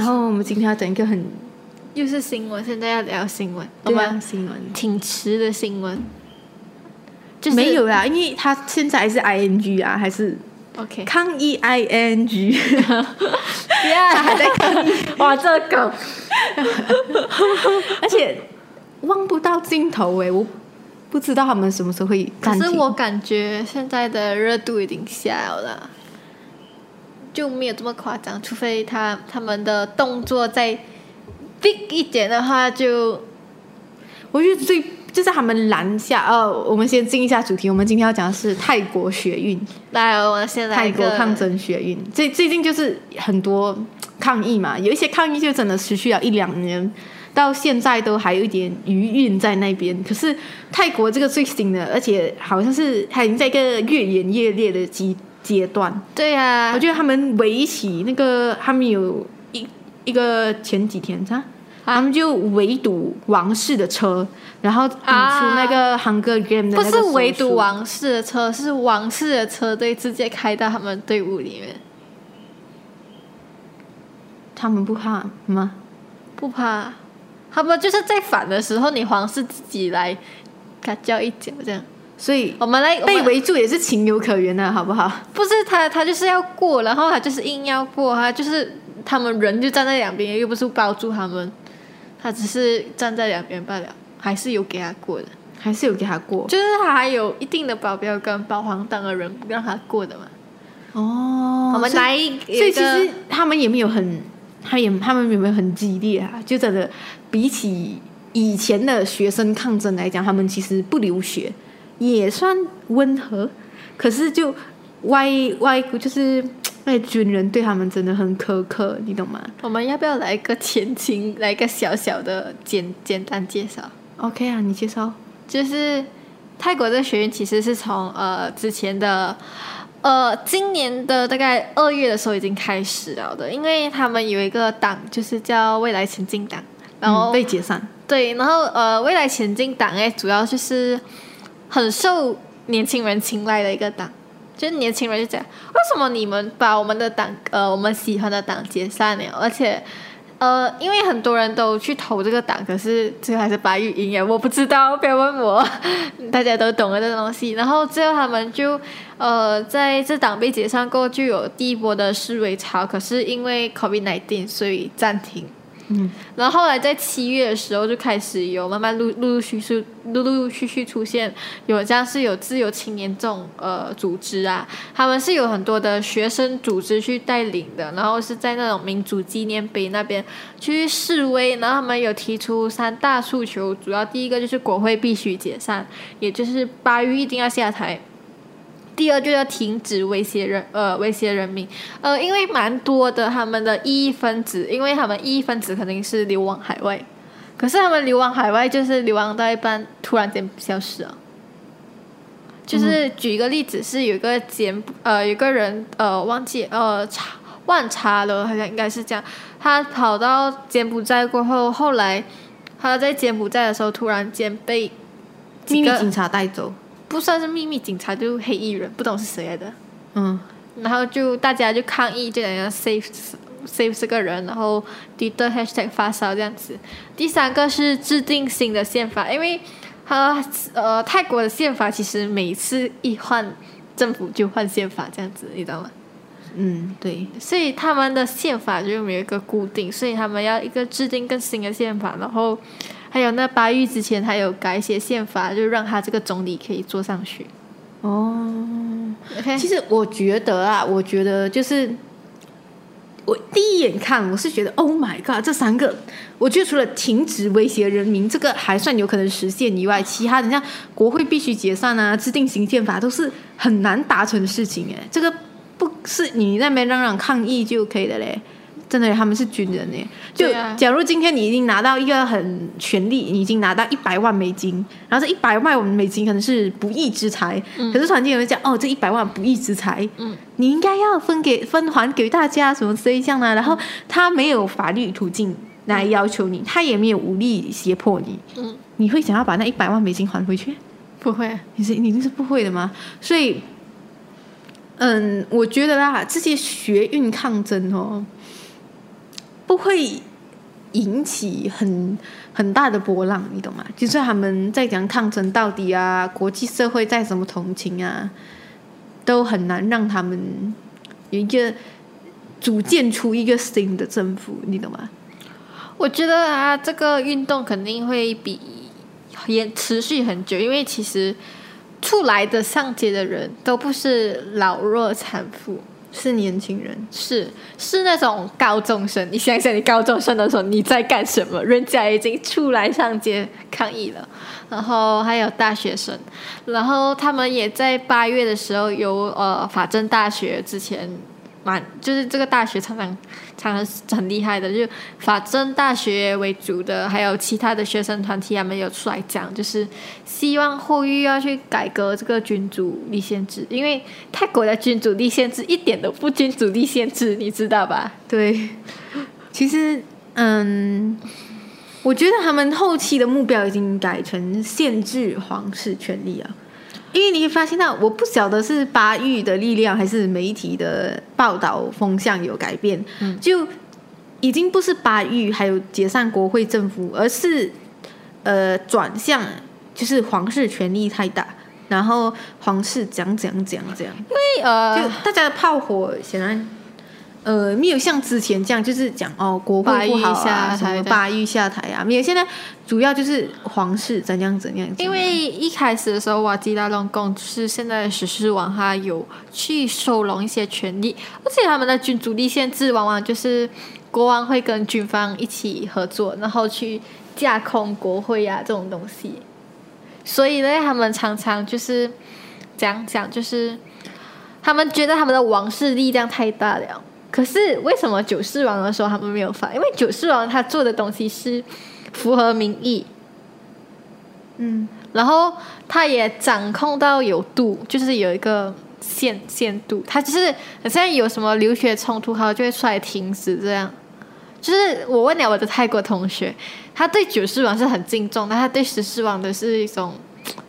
后我们今天要讲一个很又是新闻，现在要聊新闻，我对啊们新闻，挺迟的新闻，就是没有啦，因为他现在还是 ing 啊，还是 OK，抗议 ing，他 还在抗 议，哇，这个梗 而且望不到尽头哎，我不知道他们什么时候会可暂是停。我感觉现在的热度已经下了啦，就没有这么夸张，除非他他们的动作再 big 一点的话就，我觉得最就是他们拦下，呃，我们先进一下主题，我们今天要讲的是泰国学运，来，我们先来泰一国个抗争学运，最最近就是很多抗议嘛，有一些抗议就真的持续了一两年，到现在都还有一点余韵在那边。可是泰国这个最新的，而且好像是它已经在一个越演越烈的阶阶段。对啊呀、我觉得他们围起那个，他们有一一个前几天啥，啊他们就围堵王室的车，然后堵出啊那个 Hunger Game 的那不个是围手堵术王室的车，是王室的车队直接开到他们队伍里面，他们不怕吗？不怕。他们就是在反的时候，你皇室自己来嘎叫一脚这样。所以我们来我们被围住也是情有可原的，好不好？不是他，他就是要过，然后他就是硬要过，他就是他们人就站在两边，又不是包住他们，他只是站在两边罢了，还是有给他过的，还是有给他过就是他还有一定的保镖跟保皇党的人不让他过的嘛。哦我们所以来一个，所以其实他们也没有很，他也他们有没有很激烈啊？就真的比起以前的学生抗争来讲，他们其实不流血，也算温和。可是就外外就是那些军人对他们真的很苛刻，你懂吗我们要不要来一个前情，来一个小小的简简单介绍？ ？OK 啊，你介绍。就是泰国这个学院其实是从呃之前的呃今年的大概二月的时候已经开始了的，因为他们有一个党就是叫未来前进党，然后、嗯被解散，对，然后呃未来前进党哎主要就是很受年轻人青睐的一个党。就是年轻人就讲，为什么你们把我们的党，呃，我们喜欢的党解散了？而且，呃，因为很多人都去投这个党，可是最后还是把玉赢了。我不知道，不要问我，大家都懂了这东西。然后最后他们就，呃，在这党被解散过后，就有第一波的示威潮，可是因为 COVID-19，所以暂停。嗯，然后后来在七月的时候就开始有慢慢陆陆陆续续陆陆续续出现有像是有自由青年这种呃组织啊，他们是有很多的学生组织去带领的，然后是在那种民主纪念碑那边去示威，然后他们有提出三大诉求，主要第一个就是国会必须解散，也就是巴育一定要下台。第二就要停止威胁人，呃，威胁人民，呃，因为蛮多的他们的异议分子，因为他们异议分子肯定是流亡海外，可是他们流亡海外就是流亡到一半突然间消失了。就是举一个例子，是有一个柬埔呃有一个人呃忘记呃查忘查了，好像应该是这样，他跑到柬埔寨过后，后来他在柬埔寨的时候突然间被秘几密个警察带走。不算是秘密警察，就是黑衣人，不懂是谁来的。嗯，然后就大家就抗议，就想要 save save 这个人，然后 Twitter hashtag 发烧这样子。第三个是制定新的宪法，因为呃呃泰国的宪法其实每次一换政府就换宪法这样子，你知道吗？嗯，对，所以他们的宪法就没有一个固定，所以他们要一个制定更新的宪法，然后还有那巴育之前还有改写宪法，就让他这个总理可以坐上去。哦， OK，其实我觉得啊，我觉得就是我第一眼看，我是觉得 Oh my God，这三个，我觉得除了停止威胁人民这个还算有可能实现以外，其他的像国会必须解散啊、制定行宪法都是很难达成的事情哎，这个不是你那边嚷嚷抗议就可以的嘞。真的，他们是军人哎！就对啊假如今天你已经拿到一个很权利，你已经拿到一百万美金，然后这一百万美金可能是不义之财，可是突然间有人讲哦，这一百万不义之财，嗯，你应该要分给分还给大家什么之类这样的、然后他没有法律途径来要求你，他也没有武力胁迫你，嗯，你会想要把那一百万美金还回去？不会，你是你一定是不会的吗？所以，嗯，我觉得啦，这些学运抗争哦，不会引起很很大的波浪，你懂吗？就是他们在讲抗争到底啊，国际社会再怎么同情啊，都很难让他们有一个组建出一个新的政府，你懂吗？我觉得啊，这个运动肯定会比也持续很久，因为其实出来的上街的人都不是老弱产妇，是年轻人，是是那种高中生。你想想，你高中生的时候你在干什么？人家已经出来上街抗议了，然后还有大学生，然后他们也在八月的时候由呃法政大学之前蛮就是这个大学常常常常很厉害的，就法政大学为主的，还有其他的学生团体，他们有出来讲，就是希望后裔要去改革这个君主立宪制，因为泰国的君主立宪制一点都不君主立宪制，你知道吧？对。其实，嗯，我觉得他们后期的目标已经改成限制皇室权利啊，因为你会发现到，我不晓得是巴育的力量还是媒体的报道风向有改变，嗯就已经不是巴育还有解散国会政府，而是呃转向就是皇室权力太大，然后皇室讲讲讲讲。因为呃，就大家的炮火显然，呃，没有像之前这样，就是讲哦，国会不好罢啊，育下什台么罢育下台啊，没有。现在主要就是皇室怎样怎样怎样因为一开始的时候，瓦吉拉隆功就是现在的史诗王，他有去收拢一些权利，而且他们的君主立宪制往往就是国王会跟军方一起合作，然后去架空国会呀、这种东西。所以呢，他们常常就是讲讲，就是他们觉得他们的王室力量太大了。可是为什么九世王的时候他们没有反？因为九世王他做的东西是符合民意，嗯，然后他也掌控到有度，就是有一个限限度，他就是好像有什么流血冲突，他就会出来停止这样。就是我问了我的泰国同学，他对九世王是很敬重，但他对十世王的是一种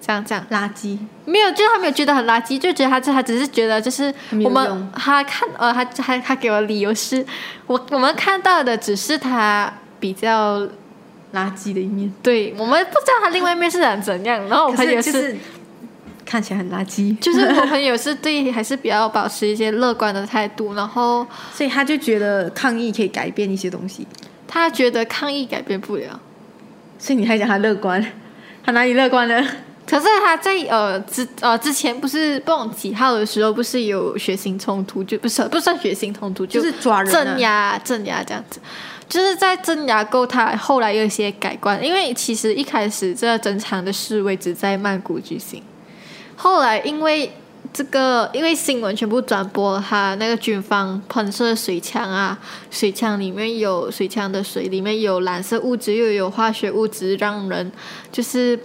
这样这样，垃圾，没有，就是他没有觉得很垃圾，就觉得他这他只是觉得就是没有我们用他看呃他他他给我理由是我我们看到的只是他比较垃圾的一面。对我们不知道他另外一面是长怎样，然后我可朋友是就是看起来很垃圾，就是我朋友是对还是比较保持一些乐观的态度，然后 所以他就觉得抗议可以改变一些东西，他觉得抗议改变不了，所以你还讲他乐观，他哪里乐观了？可是他在呃之呃之前不是不懂几号的时候，不是有血腥冲突，就不是不算血腥冲突，就是抓人啊镇压镇压这样子，就是在镇压够他后来有一些改观，因为其实一开始这整场的示威只在曼谷举行，后来因为。这个因为新闻全部转播他那个军方喷射水枪啊，水枪里面有水枪的水里面有蓝色物质，又有化学物质，让人就是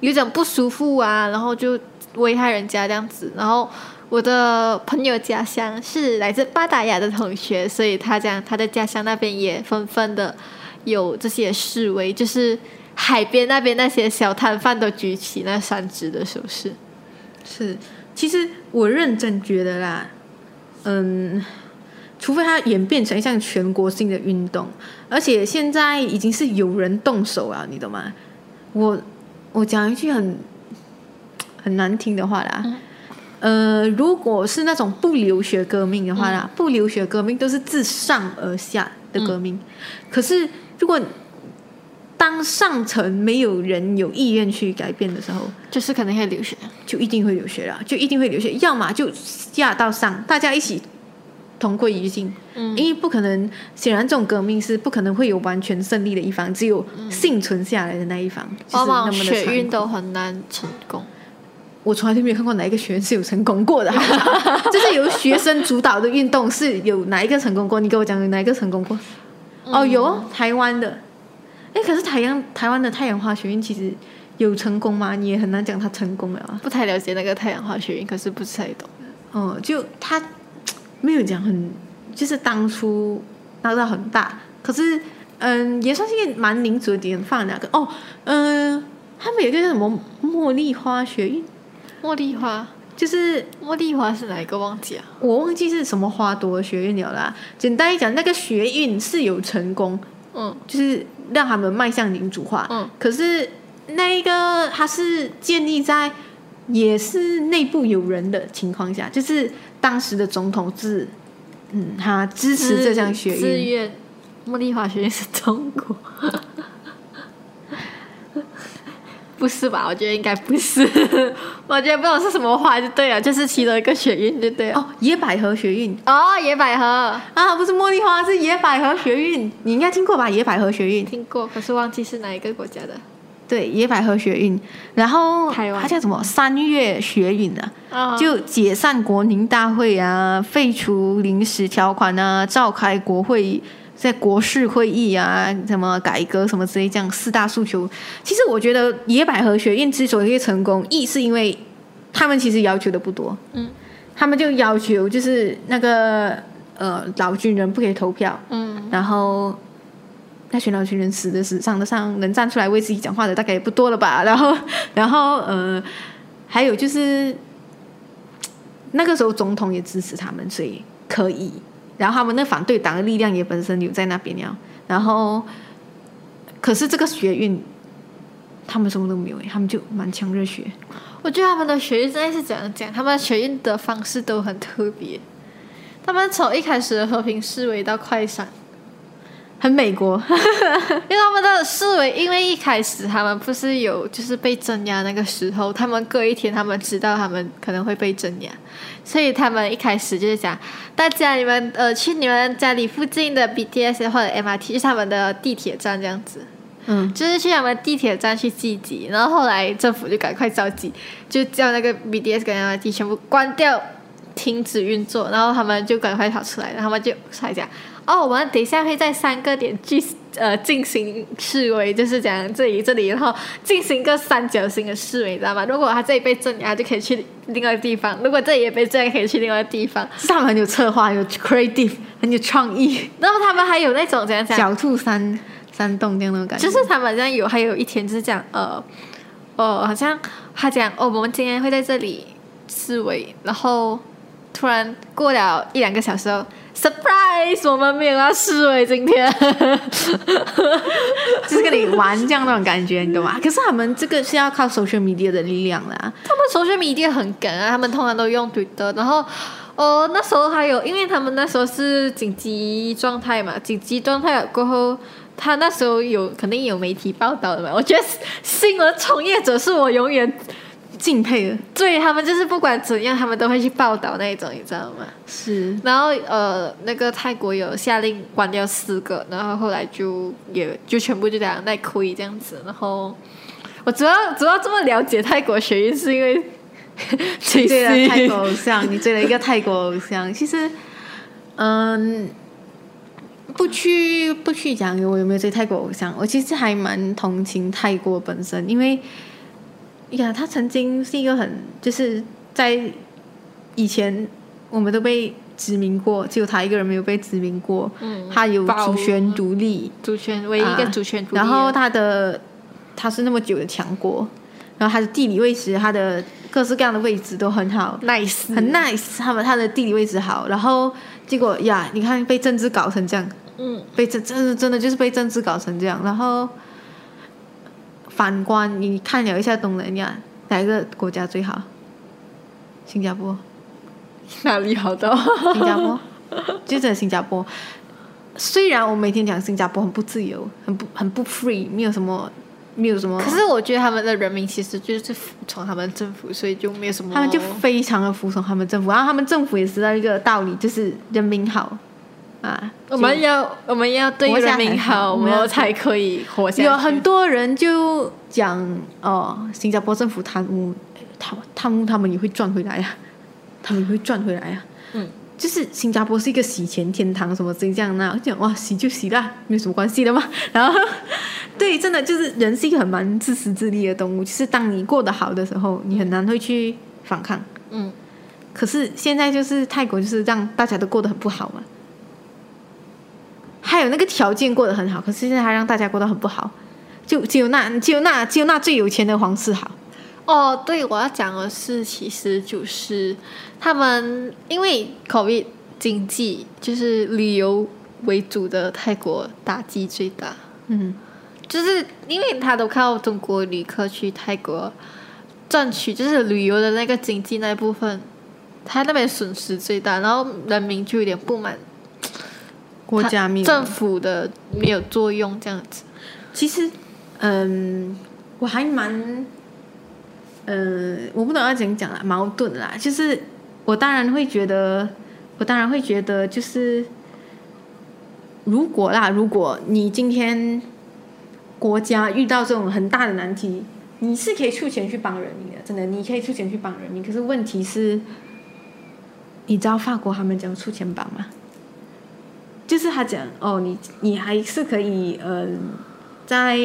有点不舒服啊，然后就危害人家这样子。然后我的朋友家乡是来自巴达雅的同学，所以他讲他的家乡那边也纷纷的有这些示威，就是海边那边那些小摊贩都举起那三只的手势。是，其实我认真觉得啦，嗯，除非它演变成一项全国性的运动，而且现在已经是有人动手了，你懂吗？我我讲一句很很难听的话啦。呃，如果是那种不流血革命的话啦，不流血革命都是自上而下的革命。可是，如果当上层没有人有意愿去改变的时候，就是肯定会流血，就一定会流血啦，就一定会流血，要么就下到上，大家一起同归于尽，嗯因为不可能，显然这种革命是不可能会有完全胜利的一方，只有幸存下来的那一方，就是往那往么的血残运酷都很难成功。我从来都没有看过哪一个学院是有成功过的，好不 好就是由学生主导的运动是有哪一个成功过？你给我讲有哪一个成功过？嗯哦，有哦，台湾的，哎，可是台阳台湾的太阳花学院其实有成功吗？你也很难讲它成功了啊。不太了解那个太阳花学运，可是不是太懂。哦、就他没有讲很，就是当初闹到很大，可是嗯，也算是一个蛮民主的典范那个哦，嗯、他们有一个叫什么茉莉花学运，茉莉花，就是茉莉花是哪一个忘记啊？我忘记是什么花朵的学运了啦。简单一讲，那个学运是有成功，嗯就是让他们迈向民主化。嗯，可是那一个它是建立在也是内部有人的情况下，就是当时的总统是，嗯，他支持这项学自运。愿茉莉花学院是中国， 不是吧？我觉得应该不是， 我觉得不知道是什么花就对了，就是其中一个学院就对了。哦，野百合学运哦，野百合啊，不是茉莉花，是野百合学运，你应该听过吧？野百合学运，听过，可是忘记是哪一个国家的。对，野百合学运，然后台湾它叫什么？三月学运啊。啊就解散国民大会啊，废除临时条款啊，召开国会在国事会议啊，什么改革什么之类，这样四大诉求。其实我觉得野百合学院之所以会成功，一是因为他们其实要求的不多，嗯，他们就要求就是那个呃老军人不可以投票，嗯然后那群老群人死的死，上的上，能站出来为自己讲话的大概也不多了吧。然后，然后呃，还有就是那个时候总统也支持他们，所以可以。然后他们那反对党的力量也本身留在那边了。然后，可是这个学运，他们什么都没有诶，欸他们就满腔热血。我觉得他们的学运真的是怎样讲，他们的学运的方式都很特别。他们从一开始的和平示威到快闪，很美国， 因为他们的示威，因为一开始他们不是有就是被镇压那个时候，他们隔一天他们知道他们可能会被镇压，所以他们一开始就是讲，大家你们呃去你们家里附近的 BTS 或者 MRT，就是他们的地铁站这样子，嗯，就是去他们地铁站去聚集，然后后来政府就赶快召集，就叫那个 BDS 跟 MIT 全部关掉，停止运作，然后他们就赶快跑出来，然后他们就出来讲，哦，我们等一下会在三个点聚呃进行示威，就是讲这里这里，然后进行一个三角形的示威，你知道吗？如果他这里被镇压，就可以去另外地方；如果这里也被镇压，可以去另外地方。是他们很有策划，很有 creative，很有创意，然后他们还有那种怎样讲，狡兔三三洞这样的感觉，就是他们好像有，还有一天就是讲，呃，呃，好像他讲，哦，我们今天会在这里示威，然后突然过了一两个小时后，surprise，我们没有要示威今天。就是跟你玩这样那种感觉，你懂吗？可是他们这个是要靠 social media 的力量啦， 他们 social media 很赶啊，他们通常都用 Twitter，然后。哦，那时候还有，因为他们那时候是紧急状态嘛，紧急状态了过后，他那时候有肯定有媒体报道的嘛。我觉得新闻从业者是我永远敬佩了，对他们就是不管怎样，他们都会去报道那一种，你知道吗？是然后呃，那个泰国有下令关掉四个，然后后来就也就全部就这样在亏这样子。然后我主要主要这么了解泰国学运是 因为其你追了啊泰国实偶 像，你追了一个泰国偶像，其实，嗯。不去不去讲我有没有追泰国偶像，我其实还蛮同情泰国本身，因为呀，他曾经是一个很就是在以前我们都被殖民过，只有他一个人没有被殖民过，嗯他有包主权独立，主权唯一一个啊主权独立然的、后它的它是那么久的强国，然后它的地理位置、它的各式各样的位置都很好， nice 很 nice。他们它的地理位置好，然后结果呀，你看被政治搞成这样，嗯被政真的真的就是被政治搞成这样。然后反观你看了一下东南亚，哪一个国家最好？新加坡。哪里好到 新加坡，就真的新加坡。虽然我每天讲新加坡很不自由，很不很不 free，没有什么，没有什么，可是我觉得他们的人民其实就是服从他们政府，所以就没有什么他们就非常的服从他们政府，然后他们政府也知道一个道理，就是人民好啊。我们要我们要对活下人来民好，我我们要们才可以活下去。有很多人就讲哦，新加坡政府贪污，贪贪污他们也会赚回来呀、他们也会赚回来呀、啊嗯，就是新加坡是一个洗钱天堂，什么这样那，我就讲哇，洗就洗啦，没有什么关系的嘛。然后，对，真的就是人是一个很蛮自私自利的动物，就是当你过得好的时候，你很难会去反抗。嗯，可是现在就是泰国，就是让大家都过得很不好嘛。还有那个条件过得很好，可是现在还让大家过得很不好，就只有那只有那只有那最有钱的皇室好。哦，对，我要讲的是，其实就是他们因为 COVID 经济就是旅游为主的泰国打击最大，嗯，就是因为他都靠中国旅客去泰国赚取，就是旅游的那个经济那一部分，他那边损失最大，然后人民就有点不满国他家命政府的没有作用这样子。其实，嗯，我还蛮，呃，我不懂要怎么讲啦，矛盾啦，就是我当然会觉得，我当然会觉得，就是如果啦，如果你今天国家遇到这种很大的难题，你是可以出钱去帮人民的，真的，你可以出钱去帮人民。可是问题是，你知道法国他们怎么出钱帮吗？就是他讲哦，你你还是可以呃，在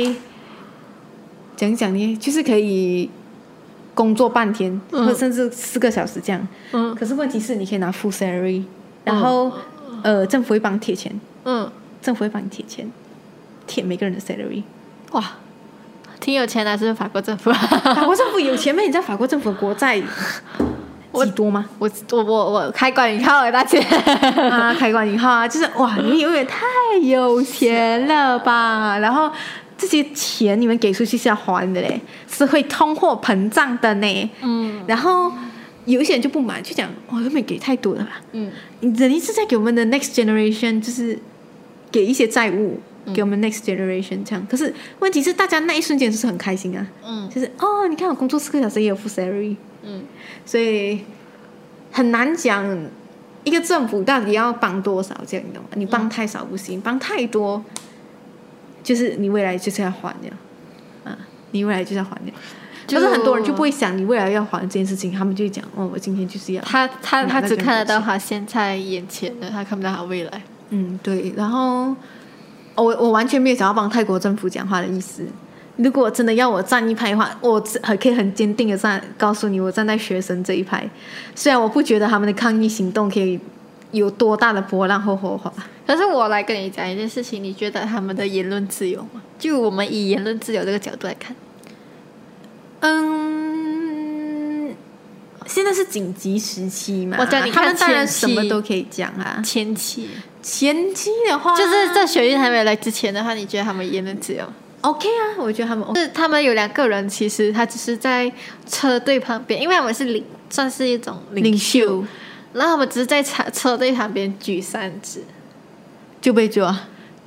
讲讲呢，就是可以工作半天，嗯或者甚至四个小时这样。嗯可是问题是，你可以拿 full salary，然后、呃，政府会帮你贴钱，嗯，政府会帮你贴钱，贴每个人的 salary。哇，挺有钱的，是法国政府。 法国政府有钱吗？你知道法国政府的国 债我几多吗？我我我我开关引号了，大姐。啊，开关引号啊，就是哇，你们有点太有钱了吧？ 然后这些钱你们给出去是要还的嘞，是会通货膨胀的呢。嗯然后有一些人就不满，就讲哦，根本给太多了吧？嗯你等于是在给我们的 next generation，就是给一些债务嗯给我们 next generation 这样。可是问题是，大家那一瞬间就是很开心啊，嗯就是哦，你看我工作四个小时也有付 salary，嗯所以很难讲一个政府到底要帮多少，这样你懂吗？你帮太少不行，帮太多就是你未来就是要还的，啊，你未来就是要还的。就可是很多人就不会想你未来要还这件事情，他们就会讲哦，我今天就是要。他他嗯他那只就看得到不他现在眼前的，他看不到他未来。嗯，对。然后哦我我完全没有想要帮泰国政府讲话的意思。如果真的要我站一派的话，我只还可以很坚定的站，告诉你我站在学生这一派。虽然我不觉得他们的抗议行动可以有多大的波浪或火花，可是我来跟你讲一件事情，你觉得他们的言论自由吗？就我们以言论自由这个角度来看，嗯，现在是紧急时期嘛，我叫你他看们当然前什期么都可以讲啊。前期前期的话，就是在学运还没有来之前的话，你觉得他们言论自由吗？ OK 啊，我觉得他们 OK。是他们有两个人，其实他只是在车队旁边，因为他们是领，算是一种领领袖袖，然后他们只是在车车队旁边举扇子，就被抓，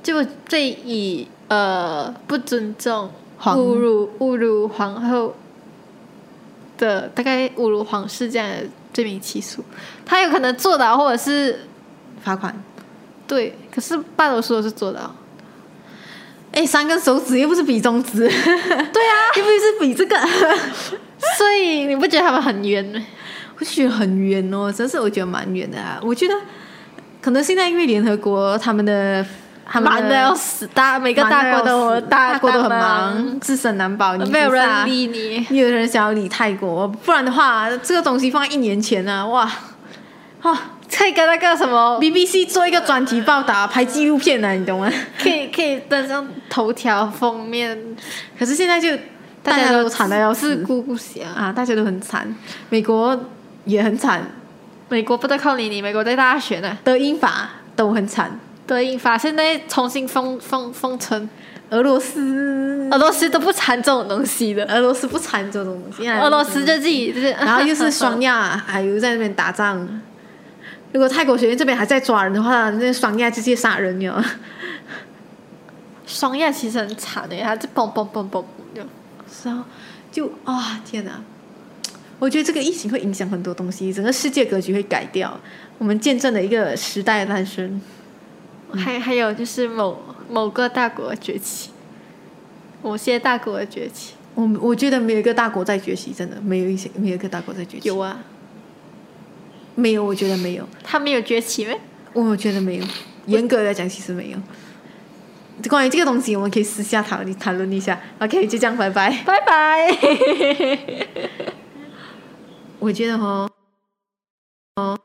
就最以呃不尊重、皇侮辱、侮辱皇后的大概侮辱皇室这样的罪名起诉，他有可能做到，或者是罚款。对，可是大多数都是做 到。哎，三根手指又不是比中指，对啊， 又不是比这个，所以你不觉得他们很冤吗？我就觉得很冤哦，真是我觉得蛮冤的啊。我觉得可能现在因为联合国他们的他们忙的要死，大每每个大国都大国都很大忙，自身难保，你没有自杀人理你。没有人想要理泰国，不然的话，这个东西放在一年前啊，哇啊 可以跟那个什么， ，BBC 做一个专题报道，拍纪录片呢、啊，你懂吗？可以可以登上头条封面，可是现在就大家都惨的要自死顾不暇。啊，大家都很惨，美国也很惨，美国不得靠你，你美国在大选呢、啊。德英法都很惨，德英法现在重新封封封城，俄罗斯俄罗斯都不产这种东西的，俄罗斯不惨这种东西，俄罗斯就自己 就是，然后又是双亚，还有在那边打仗。如果泰国学院这边还在抓人的话，那双亚直接杀人了。双亚其实很惨的，它就嘣嘣嘣嘣嘣就。然后就啊、天哪！我觉得这个疫情会影响很多东西，整个世界格局会改掉。我们见证了一个时代的诞生。还还有就是某某个大国的崛起，某些大国的崛起我我觉得没有一个大国在崛起，真的没有一些没有一个大国在崛起。有啊，没有？我觉得没有，他没有崛起咩？我觉得没有。严格来讲，其实没有。关于这个东西，我们可以私下讨论谈论一下。OK，就这样，拜拜。拜拜。我觉得哦，哦，